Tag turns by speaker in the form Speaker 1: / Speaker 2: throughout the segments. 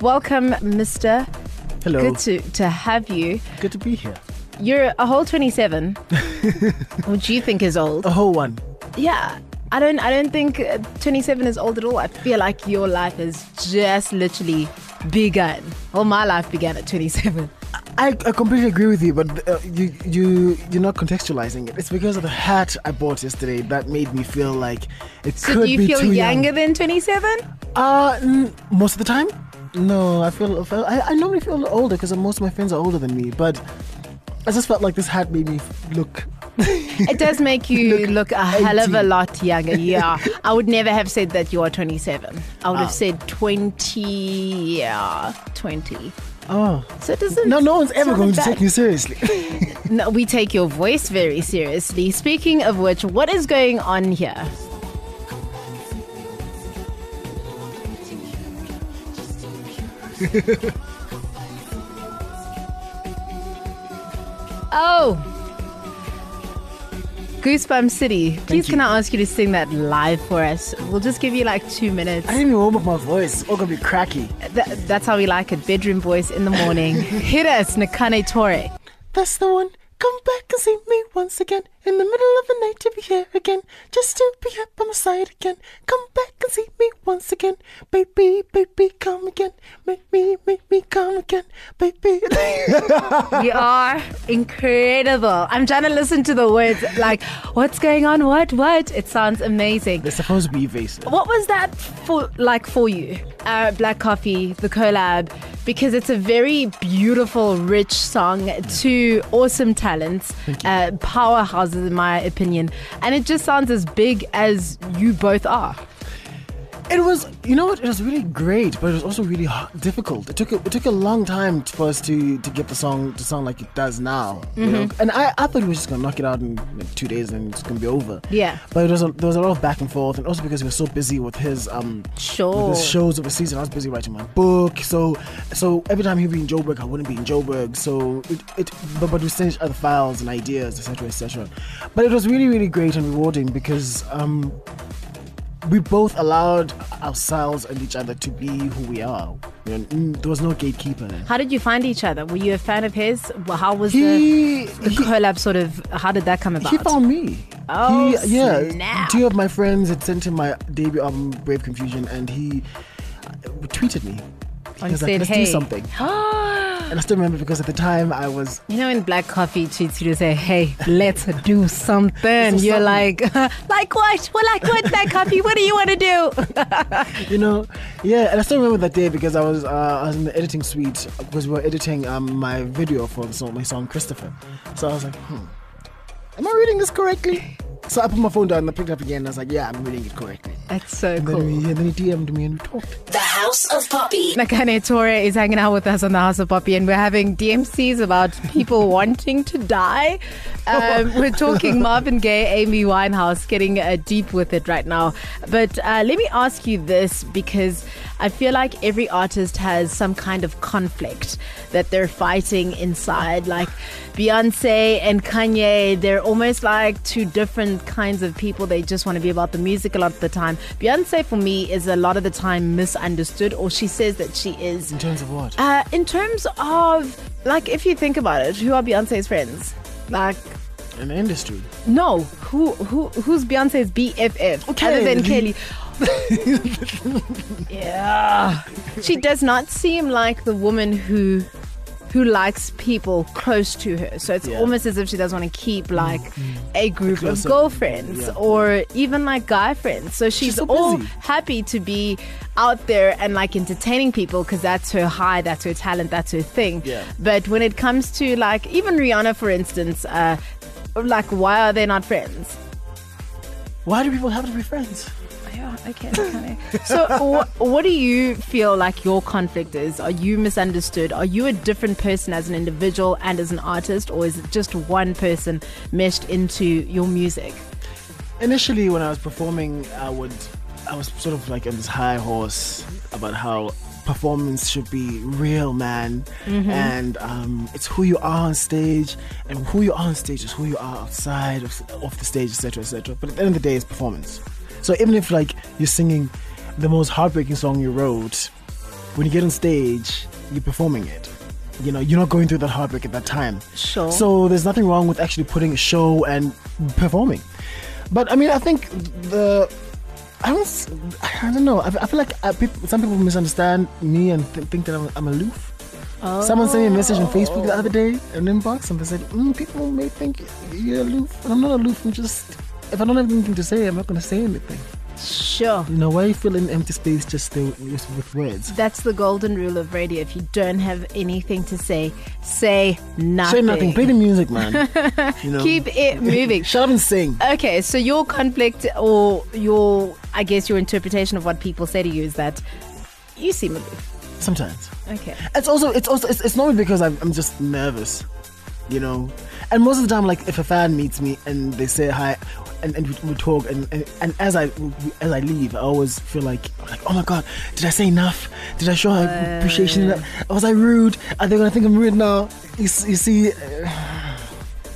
Speaker 1: Welcome, Mr.
Speaker 2: Hello.
Speaker 1: Good to, to have you.
Speaker 2: Good to be here.
Speaker 1: You're a whole 27, which you think is old.
Speaker 2: A whole one.
Speaker 1: Yeah. I don't I don't think uh, 27 is old at all. I feel like your life has just literally begun. Well, my life began at 27.
Speaker 2: I, I completely agree with you, but uh, you you you're not contextualizing it. It's because of the hat I bought yesterday that made me feel like it
Speaker 1: So
Speaker 2: could
Speaker 1: do you
Speaker 2: be
Speaker 1: feel
Speaker 2: too young.
Speaker 1: younger than 27?
Speaker 2: Uh, n- most of the time, no. I feel, I feel- I, I normally feel older because most of my friends are older than me, but I just felt like this hat made me look.
Speaker 1: It does make you look, a hell of a
Speaker 2: 18.
Speaker 1: lot younger. Yeah. I would never have said that you are 27. I would have
Speaker 2: Oh.
Speaker 1: said 20. Yeah, 20.
Speaker 2: Oh.
Speaker 1: So it doesn't.
Speaker 2: No, no one's ever
Speaker 1: sound
Speaker 2: going to
Speaker 1: bad.
Speaker 2: take me seriously.
Speaker 1: No, we take your voice very seriously. Speaking of which, what is going on here? oh. Goosebump City. Please
Speaker 2: you.
Speaker 1: can I ask you to sing that live for us? We'll just give you like two minutes.
Speaker 2: I didn't even warm up my voice. It's all gonna be cracky.
Speaker 1: Th- that's how we like it. Bedroom voice in the morning. Hit us, Nakane Tore.
Speaker 2: That's the one. Come back and see me once again. In the middle of the night to be here again. Just to be up on my side again. Come back and see me once again. Baby, baby, come again. Make me, make me come again. Baby.
Speaker 1: You are incredible. I'm trying to listen to the words. Like, what's going on? What? What? It sounds amazing.
Speaker 2: They're supposed to be evasive.
Speaker 1: What was that for? Like for you, uh, Black Coffee, the collab, because it's a very beautiful, rich song. Two awesome talents, uh, powerhouses in my opinion, and it just sounds as big as you both are.
Speaker 2: It was, you know what? It was really great, but it was also really h- difficult. It took a, it took a long time t- for us to to get the song to sound like it does now. You know? And I, I thought we were just gonna knock it out in like, two days and it's gonna be over.
Speaker 1: Yeah.
Speaker 2: But it was a, there was a lot of back and forth, and also because we were so busy with his um
Speaker 1: Sure.
Speaker 2: with his shows overseas, and I was busy writing my book. So so every time he'd be in Joburg, I wouldn't be in Joburg. So it, it but, but we sent each other files and ideas, etc. etc. But it was really really great and rewarding because um we both allowed ourselves and each other to be who we are. You know, mm, there was no gatekeeper. There.
Speaker 1: How did you find each other? Were you a fan of his? Well, How was the,
Speaker 2: He,
Speaker 1: the
Speaker 2: he,
Speaker 1: collab sort of? How did that come about?
Speaker 2: he found me.
Speaker 1: Oh,
Speaker 2: he, yeah.
Speaker 1: snap.
Speaker 2: Two of my friends had sent him my debut album, Brave Confusion, and he uh, tweeted me. He
Speaker 1: and
Speaker 2: was
Speaker 1: said,
Speaker 2: like, let's
Speaker 1: "Hey."
Speaker 2: do something. And I still remember because at the time I was
Speaker 1: You know, when Black Coffee tweets you to say, "Hey, let's do something,"
Speaker 2: This is
Speaker 1: you're like,
Speaker 2: something.
Speaker 1: "Like what? Well, like what, Black Coffee? What do you want to do?"
Speaker 2: you know, yeah, and I still remember that day because I was uh, I was in the editing suite because we were editing um, my video for the song, my song Christopher. So I was like, hmm, am I reading this correctly? So I put my phone down and I picked it up again and I was like, yeah, I'm reading it correctly.
Speaker 1: That's so
Speaker 2: And then,
Speaker 1: cool.
Speaker 2: we, and then he DM'd me and we talked.
Speaker 3: The House of Poppy.
Speaker 1: Nakane Torre is hanging out with us on the House of Poppy, and we're having DMCs about people wanting to die. Um, we're talking Marvin Gaye, Amy Winehouse, getting uh, deep with it right now. But uh, let me ask you this because I feel like every artist has some kind of conflict that they're fighting inside. Like Beyonce and Kanye, they're almost like two different kinds of people. They just want to be about the music a lot of the time. Beyonce, for me, is a lot of the time misunderstood, or she says that she is.
Speaker 2: In terms of what?
Speaker 1: Uh, in terms of, like, if you think about it, who are Beyonce's friends? Like,
Speaker 2: In the industry.
Speaker 1: no, who who who's Beyonce's BFF other than Kelly?
Speaker 2: Kelly.
Speaker 1: yeah, she does not seem like the woman who who likes people close to her. So it's
Speaker 2: Yeah.
Speaker 1: almost as if she does want to keep like a group of
Speaker 2: Closer.
Speaker 1: girlfriends
Speaker 2: Yeah.
Speaker 1: or even like guy friends. So she's,
Speaker 2: so
Speaker 1: all
Speaker 2: busy.
Speaker 1: happy to be out there and like entertaining people because that's her high, that's her talent, that's her thing.
Speaker 2: Yeah.
Speaker 1: But when it comes to like even Rihanna, for instance, uh, like why are they not friends?
Speaker 2: Why do people have to be friends?
Speaker 1: Yeah, okay. so, wh- what do you feel like your conflict is? Are you misunderstood? Are you a different person as an individual and as an artist, or is it just one person meshed into your music?
Speaker 2: initially when I was performing, I would I was sort of like on this high horse about how performance should be real, man, and um, it's who you are on stage, and who you are on stage is who you are outside of, of the stage, etc., etc. But at the end of the day, it's performance. So even if like you're singing the most heartbreaking song you wrote, when you get on stage, you're performing it. You know, you're not going through that heartbreak at that time.
Speaker 1: Sure.
Speaker 2: So there's nothing wrong with actually putting a show and performing. But I mean, I think the I don't s- I don't know. I, I feel like I, peop- some people misunderstand me and th- think that I'm, I'm aloof. Someone
Speaker 1: Oh.
Speaker 2: sent me a message on Facebook the other day, an inbox, and they said, mm, "People may think you're aloof." And I'm not aloof. I'm just if I don't have anything to say, I'm not going to say anything.
Speaker 1: Sure.
Speaker 2: You know, why you fill in empty space just stay with, just with words?
Speaker 1: That's the golden rule of radio. If you don't have anything to say, say nothing.
Speaker 2: Say nothing. Play the music, man. You know,
Speaker 1: Keep it moving.
Speaker 2: shut up and sing.
Speaker 1: Okay, so your conflict or your, I guess, your interpretation of what people say to you is that you seem aloof.
Speaker 2: Sometimes.
Speaker 1: Okay.
Speaker 2: It's also it's also it's, it's normally because I'm, I'm just nervous, you know. And most of the time, like if a fan meets me and they say hi, and, and we, we talk, and, and, and as I as I leave, I always feel like like oh my god, did I say enough? Did I show her appreciation enough? Was I rude? Are they gonna think I'm rude now? You, s- you see, uh,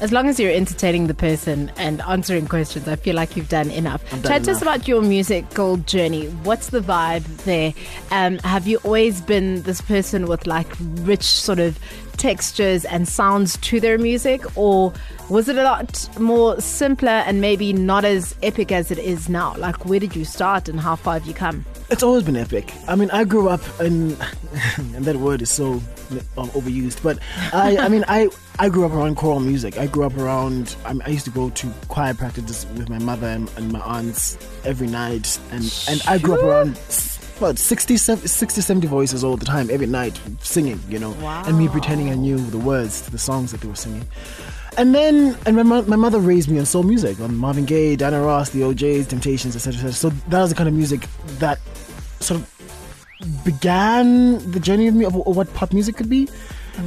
Speaker 1: As long as you're entertaining the person and answering questions, I feel like you've done enough.
Speaker 2: I've done
Speaker 1: Chat to us
Speaker 2: enough.
Speaker 1: about your musical journey. What's the vibe there? Um, have you always been this person with like rich sort of textures and sounds to their music, or was it a lot more simpler and maybe not as epic as it is now? Like, where did you start and how far have you come?
Speaker 2: it's always been epic. I mean, I grew up in, and that word is so um, overused, but I, I mean, I, I grew up around choral music. I grew up around, I, I used to go to choir practices with my mother and, and my aunts every night, and, and I grew up around. About 60, 70, 60, 70 voices all the time, every night, singing, you know, and me pretending I knew the words to the songs that they were singing. And then, and my, mo- my mother raised me on soul music, on Marvin Gaye, Diana Ross, the OJs, Temptations, etc. etc. So that was the kind of music that sort of began the journey with me of, of what pop music could be,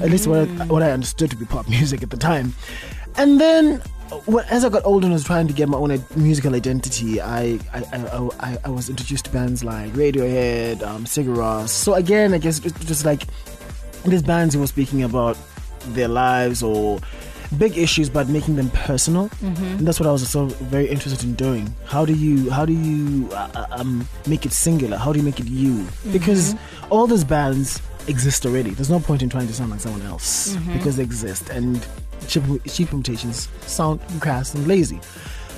Speaker 2: at least what I, what I understood to be pop music at the time. And then, uh, when, as I got older and was trying to get my own i- musical identity, I I, I, I I was introduced to bands like Radiohead, um, Sigur Rós. So again, I guess it- just like these bands who were speaking about their lives or big issues but making them personal and that's what i was so very interested in doing how do you how do you uh, uh, um, make it singular how do you make it you because all those bands exist already there's no point in trying to sound like someone else because they exist and cheap, cheap imitations sound crass and lazy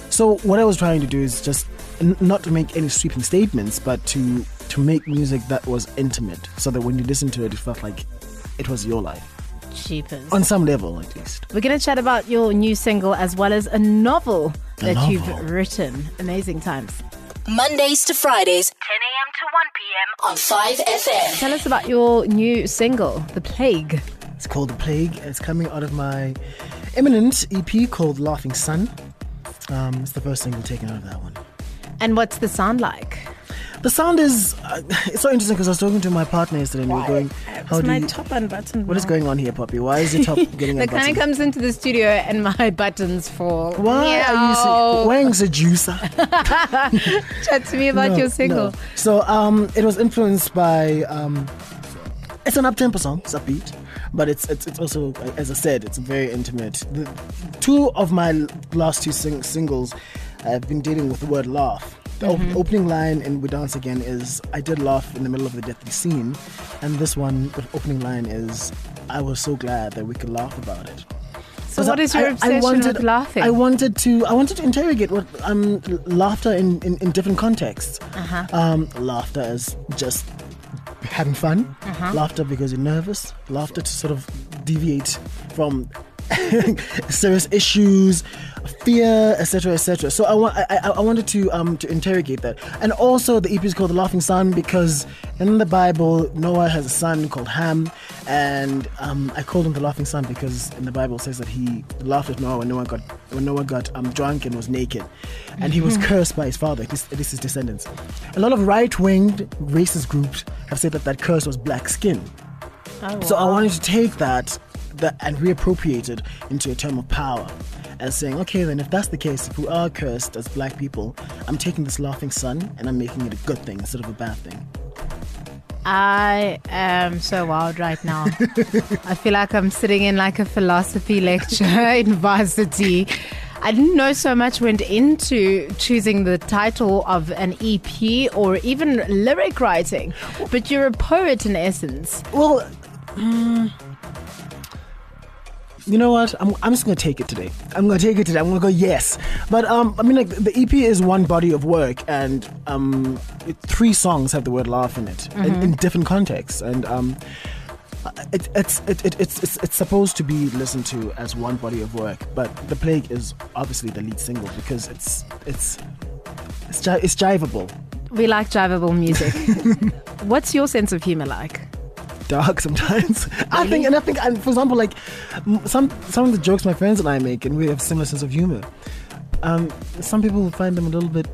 Speaker 2: so what I was trying to do is just n- not to make any sweeping statements, but to to make music that was intimate, so that when you listen to it, it felt like it was your life
Speaker 1: Cheapers.
Speaker 2: on some level, at least.
Speaker 1: We're going to chat about your new single as well as a novel that
Speaker 2: novel.
Speaker 1: you've written. Amazing times.
Speaker 3: Mondays to Fridays
Speaker 4: 10 a.m. to 1 p.m.
Speaker 3: on 5FM.
Speaker 1: Tell us about your new single, The Plague.
Speaker 2: It's called The Plague. It's coming out of my imminent EP called Laughing Sun. Um, it's the first single taken out of that one.
Speaker 1: And what's the sound like?
Speaker 2: The sound is uh, it's so interesting because I was talking to my partner yesterday and we were going, "How do you,
Speaker 1: top unbuttoned.
Speaker 2: what is going on here, puppy? Why is your top getting
Speaker 1: The kind of
Speaker 2: unbuttoned?"
Speaker 1: comes into the studio and my buttons fall.
Speaker 2: Why are you
Speaker 1: Meow.
Speaker 2: se- wearing seducer?
Speaker 1: Chat to me about
Speaker 2: No,
Speaker 1: your single.
Speaker 2: no. So um, it was influenced by um, it's an up-tempo song, it's upbeat, but it's it's, it's also as I said, it's very intimate. The, two of my l- last two sing- singles have been dealing with the word laugh. The op-
Speaker 1: Mm-hmm.
Speaker 2: opening line in We Dance Again is I did laugh in the middle of the deathly scene, and this one the opening line is I was so glad that we could laugh about it.
Speaker 1: So, what is your obsession with laughing?
Speaker 2: I wanted to. I wanted to interrogate what um, l- laughter in, in, in different contexts.
Speaker 1: Uh-huh.
Speaker 2: Um, laughter is just having fun.
Speaker 1: Uh-huh.
Speaker 2: Laughter because you're nervous. Laughter to sort of deviate from serious issues, fear, etc., etc. So I want. I, I, I wanted to um, to interrogate that. And also the EP is called the Laughing Son because in the Bible Noah has a son called Ham, and um, I called him the Laughing Son because in the Bible it says that he laughed at Noah when Noah got when Noah got um, drunk and was naked, and he was cursed by his father, at least, at least his descendants. A lot of right-winged racist groups have said that that curse was black skin. So I wanted to take that, that and reappropriate it into a term of power. As saying, okay, then if that's the case, if we are cursed as black people, I'm taking this laughing sun and I'm making it a good thing instead of a bad thing.
Speaker 1: I am so wild right now. I feel like I'm sitting in like a philosophy lecture in varsity. I didn't know so much went into choosing the title of an EP or even lyric writing, but you're a poet in essence.
Speaker 2: Well, mm, you know what? I'm, I'm just gonna take it today. I'm gonna take it today. I'm gonna go yes. But um, I mean, like the EP is one body of work, and um, it, three songs have the word "laugh" in it, in, in different contexts, and um. It, it's it, it, it's it's it's supposed to be listened to as one body of work, but the plague is obviously the lead single because it's it's it's, ji- it's jivable.
Speaker 1: We like drivable music. What's your sense of humor like?
Speaker 2: dark sometimes. I think, and I think, and for example, like m- some some of the jokes my friends and I make, and we have similar sense of humor. Um, some people find them a little bit.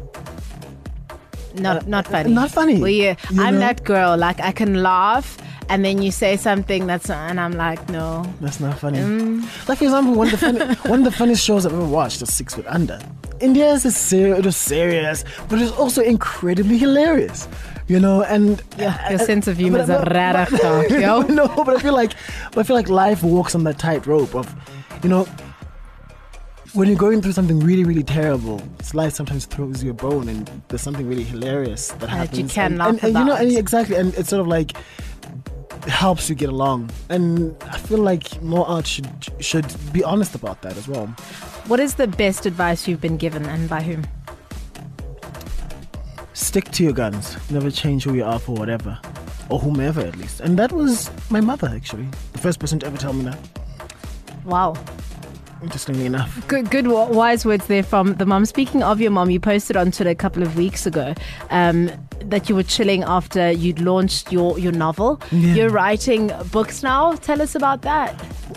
Speaker 1: Not not funny.
Speaker 2: Uh, not funny,
Speaker 1: Well, yeah,
Speaker 2: you
Speaker 1: I'm
Speaker 2: know?
Speaker 1: that girl. Like I can laugh, and then you say something that's, and I'm like, no,
Speaker 2: That's not funny.
Speaker 1: Mm.
Speaker 2: Like for example, one of the funny, one of the funniest shows I've ever watched was Six Foot Under. India's is serious, it was serious, but it was also incredibly hilarious. You know, and
Speaker 1: Yeah, your
Speaker 2: and-
Speaker 1: sense of humor
Speaker 2: Uh, but-
Speaker 1: is a
Speaker 2: but-
Speaker 1: rare
Speaker 2: but-
Speaker 1: dog, yo.
Speaker 2: No, but I feel like, but I feel like life walks on that tightrope of, you know, when you're going through something really, really terrible, it's life sometimes throws you a bone, and there's something really hilarious that
Speaker 1: you
Speaker 2: happens.
Speaker 1: can
Speaker 2: and,
Speaker 1: laugh
Speaker 2: and, and you know,
Speaker 1: about.
Speaker 2: and exactly, and it's sort of like helps you get along. And I feel like more art should should be honest about that as well.
Speaker 1: What is the best advice you've been given and by whom?
Speaker 2: Stick to your guns. Never change who you are for whatever, or whomever at least. And that was my mother actually, the first person to ever tell me that.
Speaker 1: Wow.
Speaker 2: Interestingly enough,
Speaker 1: Good, good, wa- wise words there from the mum. Speaking of your mum, you posted on Twitter a couple of weeks ago um, that you were chilling after you'd launched your, your novel.
Speaker 2: Yeah.
Speaker 1: You're writing books now. Tell us about that.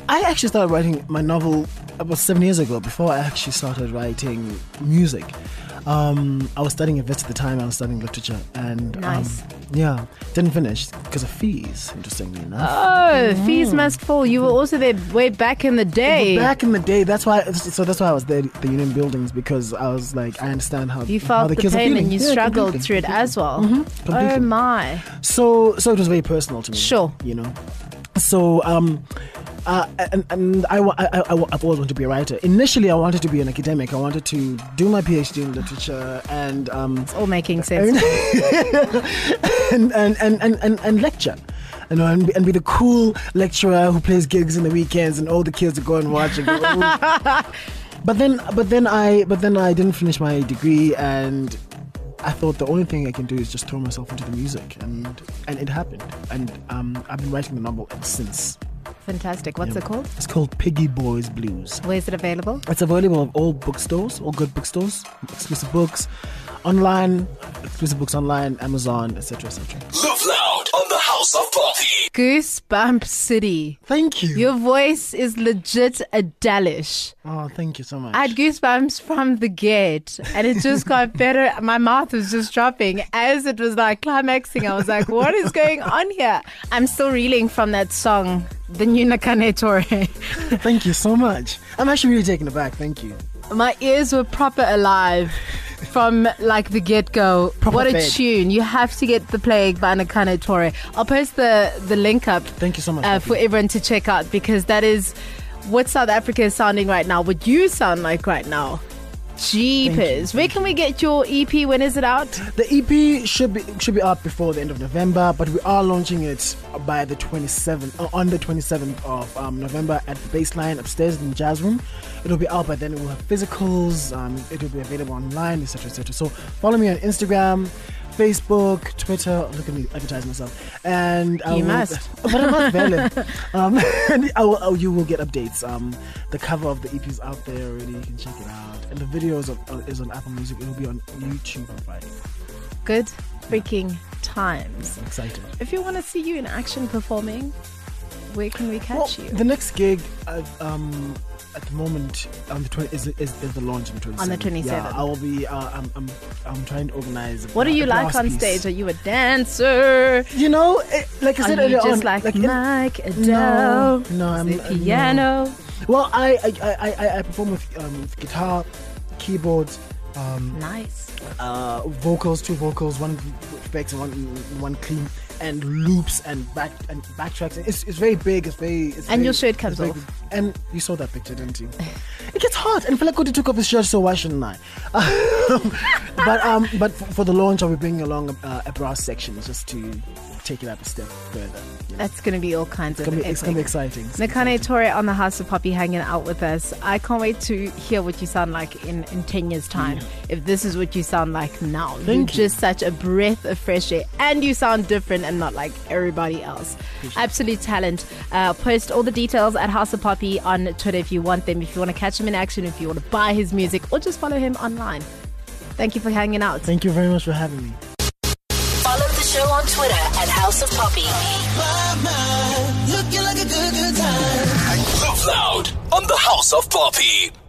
Speaker 2: I actually started writing my novel about seven years ago. Before I actually started writing music, um, I was studying at Vets at the time. I was studying literature, and um,
Speaker 1: Nice.
Speaker 2: yeah, didn't finish because of fees. Interestingly enough.
Speaker 1: Oh, fees must fall. You were also there way back in the day.
Speaker 2: Back in the day, that's why. So that's why I was there at the union buildings because I was like, I understand how
Speaker 1: you
Speaker 2: how
Speaker 1: felt
Speaker 2: the,
Speaker 1: the
Speaker 2: kids are
Speaker 1: pain
Speaker 2: feeling.
Speaker 1: and you
Speaker 2: Yeah,
Speaker 1: struggled
Speaker 2: completely,
Speaker 1: through it
Speaker 2: completely.
Speaker 1: as well. Oh
Speaker 2: completely.
Speaker 1: my.
Speaker 2: So so it was very personal to me.
Speaker 1: Sure.
Speaker 2: you know. So um. Uh, and and I, wa- I, I, have always wanted to be a writer. Initially, I wanted to be an academic. I wanted to do my PhD in literature and um,
Speaker 1: All making sense.
Speaker 2: and, and, and, and, and, and lecture. You know, and, be, and be the cool lecturer who plays gigs in the weekends, and all the kids would go and watch. And go, "Ooh." but then, but then I, but then I didn't finish my degree, and I thought the only thing I can do is just throw myself into the music, and and it happened. And um, I've been writing the novel ever since.
Speaker 1: Fantastic. What's it called?
Speaker 2: It's called Piggy Boys Blues.
Speaker 1: Where is it available?
Speaker 2: It's available at all bookstores, all good bookstores, exclusive books, online, exclusive books online, Amazon, etc., etc.
Speaker 4: Live loud on the House of Poppy.
Speaker 1: Goosebump City.
Speaker 2: Thank you.
Speaker 1: Your voice is legit Adelish.
Speaker 2: oh, thank you so much.
Speaker 1: I had goosebumps from the get, and it just got better. My mouth was just dropping as it was like climaxing. I was like, "What is going on here?" I'm still reeling from that song, the new Nakane Torre.
Speaker 2: thank you so much. I'm actually really taken aback. Thank you.
Speaker 1: My ears were proper alive from like the get go.
Speaker 2: Proper
Speaker 1: What a
Speaker 2: fed.
Speaker 1: tune! You have to get the plague by Nakane Torre. I'll post the the link up.
Speaker 2: Thank you so much.
Speaker 1: uh,
Speaker 2: Happy.
Speaker 1: for everyone to check out because that is what South Africa is sounding right now, what you sound like right now. Jeepers. Where can we get your EP? When is it out?
Speaker 2: the EP should be should be out before the end of November, but we are launching it by the 27th uh, on the 27th of um, November at the Baseline upstairs in the Jazz Room. It'll be out by then. We'll have physicals. Um, it'll be available online, etc., etc. So follow me on Instagram. Facebook, Twitter, look at me advertising myself. And
Speaker 1: You
Speaker 2: I will-
Speaker 1: must.
Speaker 2: but I'm not valid. Um, and I will, oh, you will get updates. Um, the cover of the EP is out there already. You can check it out. And the video is on, uh, is on Apple Music. It'll be on YouTube on Friday.
Speaker 1: Good freaking times.
Speaker 2: I'm excited.
Speaker 1: If you want to see you in action performing, where can we catch you?
Speaker 2: the next gig uh, um, at the moment on the 20, is, is, is the launch on the 27th.
Speaker 1: On the 27th.
Speaker 2: Yeah, I will be. Uh, I'm, I'm, I'm trying to organize. a
Speaker 1: What do
Speaker 2: bla-
Speaker 1: you
Speaker 2: a
Speaker 1: like
Speaker 2: blast
Speaker 1: on
Speaker 2: piece.
Speaker 1: stage? Are you a dancer?
Speaker 2: You know, it, like I
Speaker 1: Are
Speaker 2: said
Speaker 1: you
Speaker 2: earlier
Speaker 1: just
Speaker 2: on,
Speaker 1: like,
Speaker 2: in-
Speaker 1: Mike Adele?
Speaker 2: no, I'm-
Speaker 1: the
Speaker 2: uh, no.
Speaker 1: piano.
Speaker 2: Well, I I, I, I I perform with, um, with guitar, keyboards, um,
Speaker 1: Nice.
Speaker 2: uh, vocals, two vocals, one effects, and one one clean and loops and back and backtracks. It's, it's very big. It's very. It's
Speaker 1: And
Speaker 2: very-
Speaker 1: your shirt comes
Speaker 2: it's very
Speaker 1: off.
Speaker 2: big. And you saw that picture, didn't you? It gets hot. And Fela Kuti took off his shirt, so why shouldn't I? but um, but for, for the launch, I'll be bringing along a, uh, a bra section just to take it up a step further. Yeah.
Speaker 1: That's going to be all kinds
Speaker 2: It's gonna
Speaker 1: of
Speaker 2: be, it's gonna be
Speaker 1: epic.
Speaker 2: exciting.
Speaker 1: Nakane Torre on the House of Poppy hanging out with us. I can't wait to hear what you sound like in, in 10 years' time. If this is what you sound like now, you're
Speaker 2: Mm. Thank you.
Speaker 1: just such a breath of fresh air and you sound different and not like everybody else. Absolute talent. Uh, post all the details at House of Poppy on Twitter if you want them, if you want to catch him in action, if you want to buy his music, or just follow him online. Thank you for hanging out.
Speaker 2: Thank you very much for having me.
Speaker 3: Follow the show on Twitter at House of Poppy.
Speaker 4: Move loud on the House of Poppy.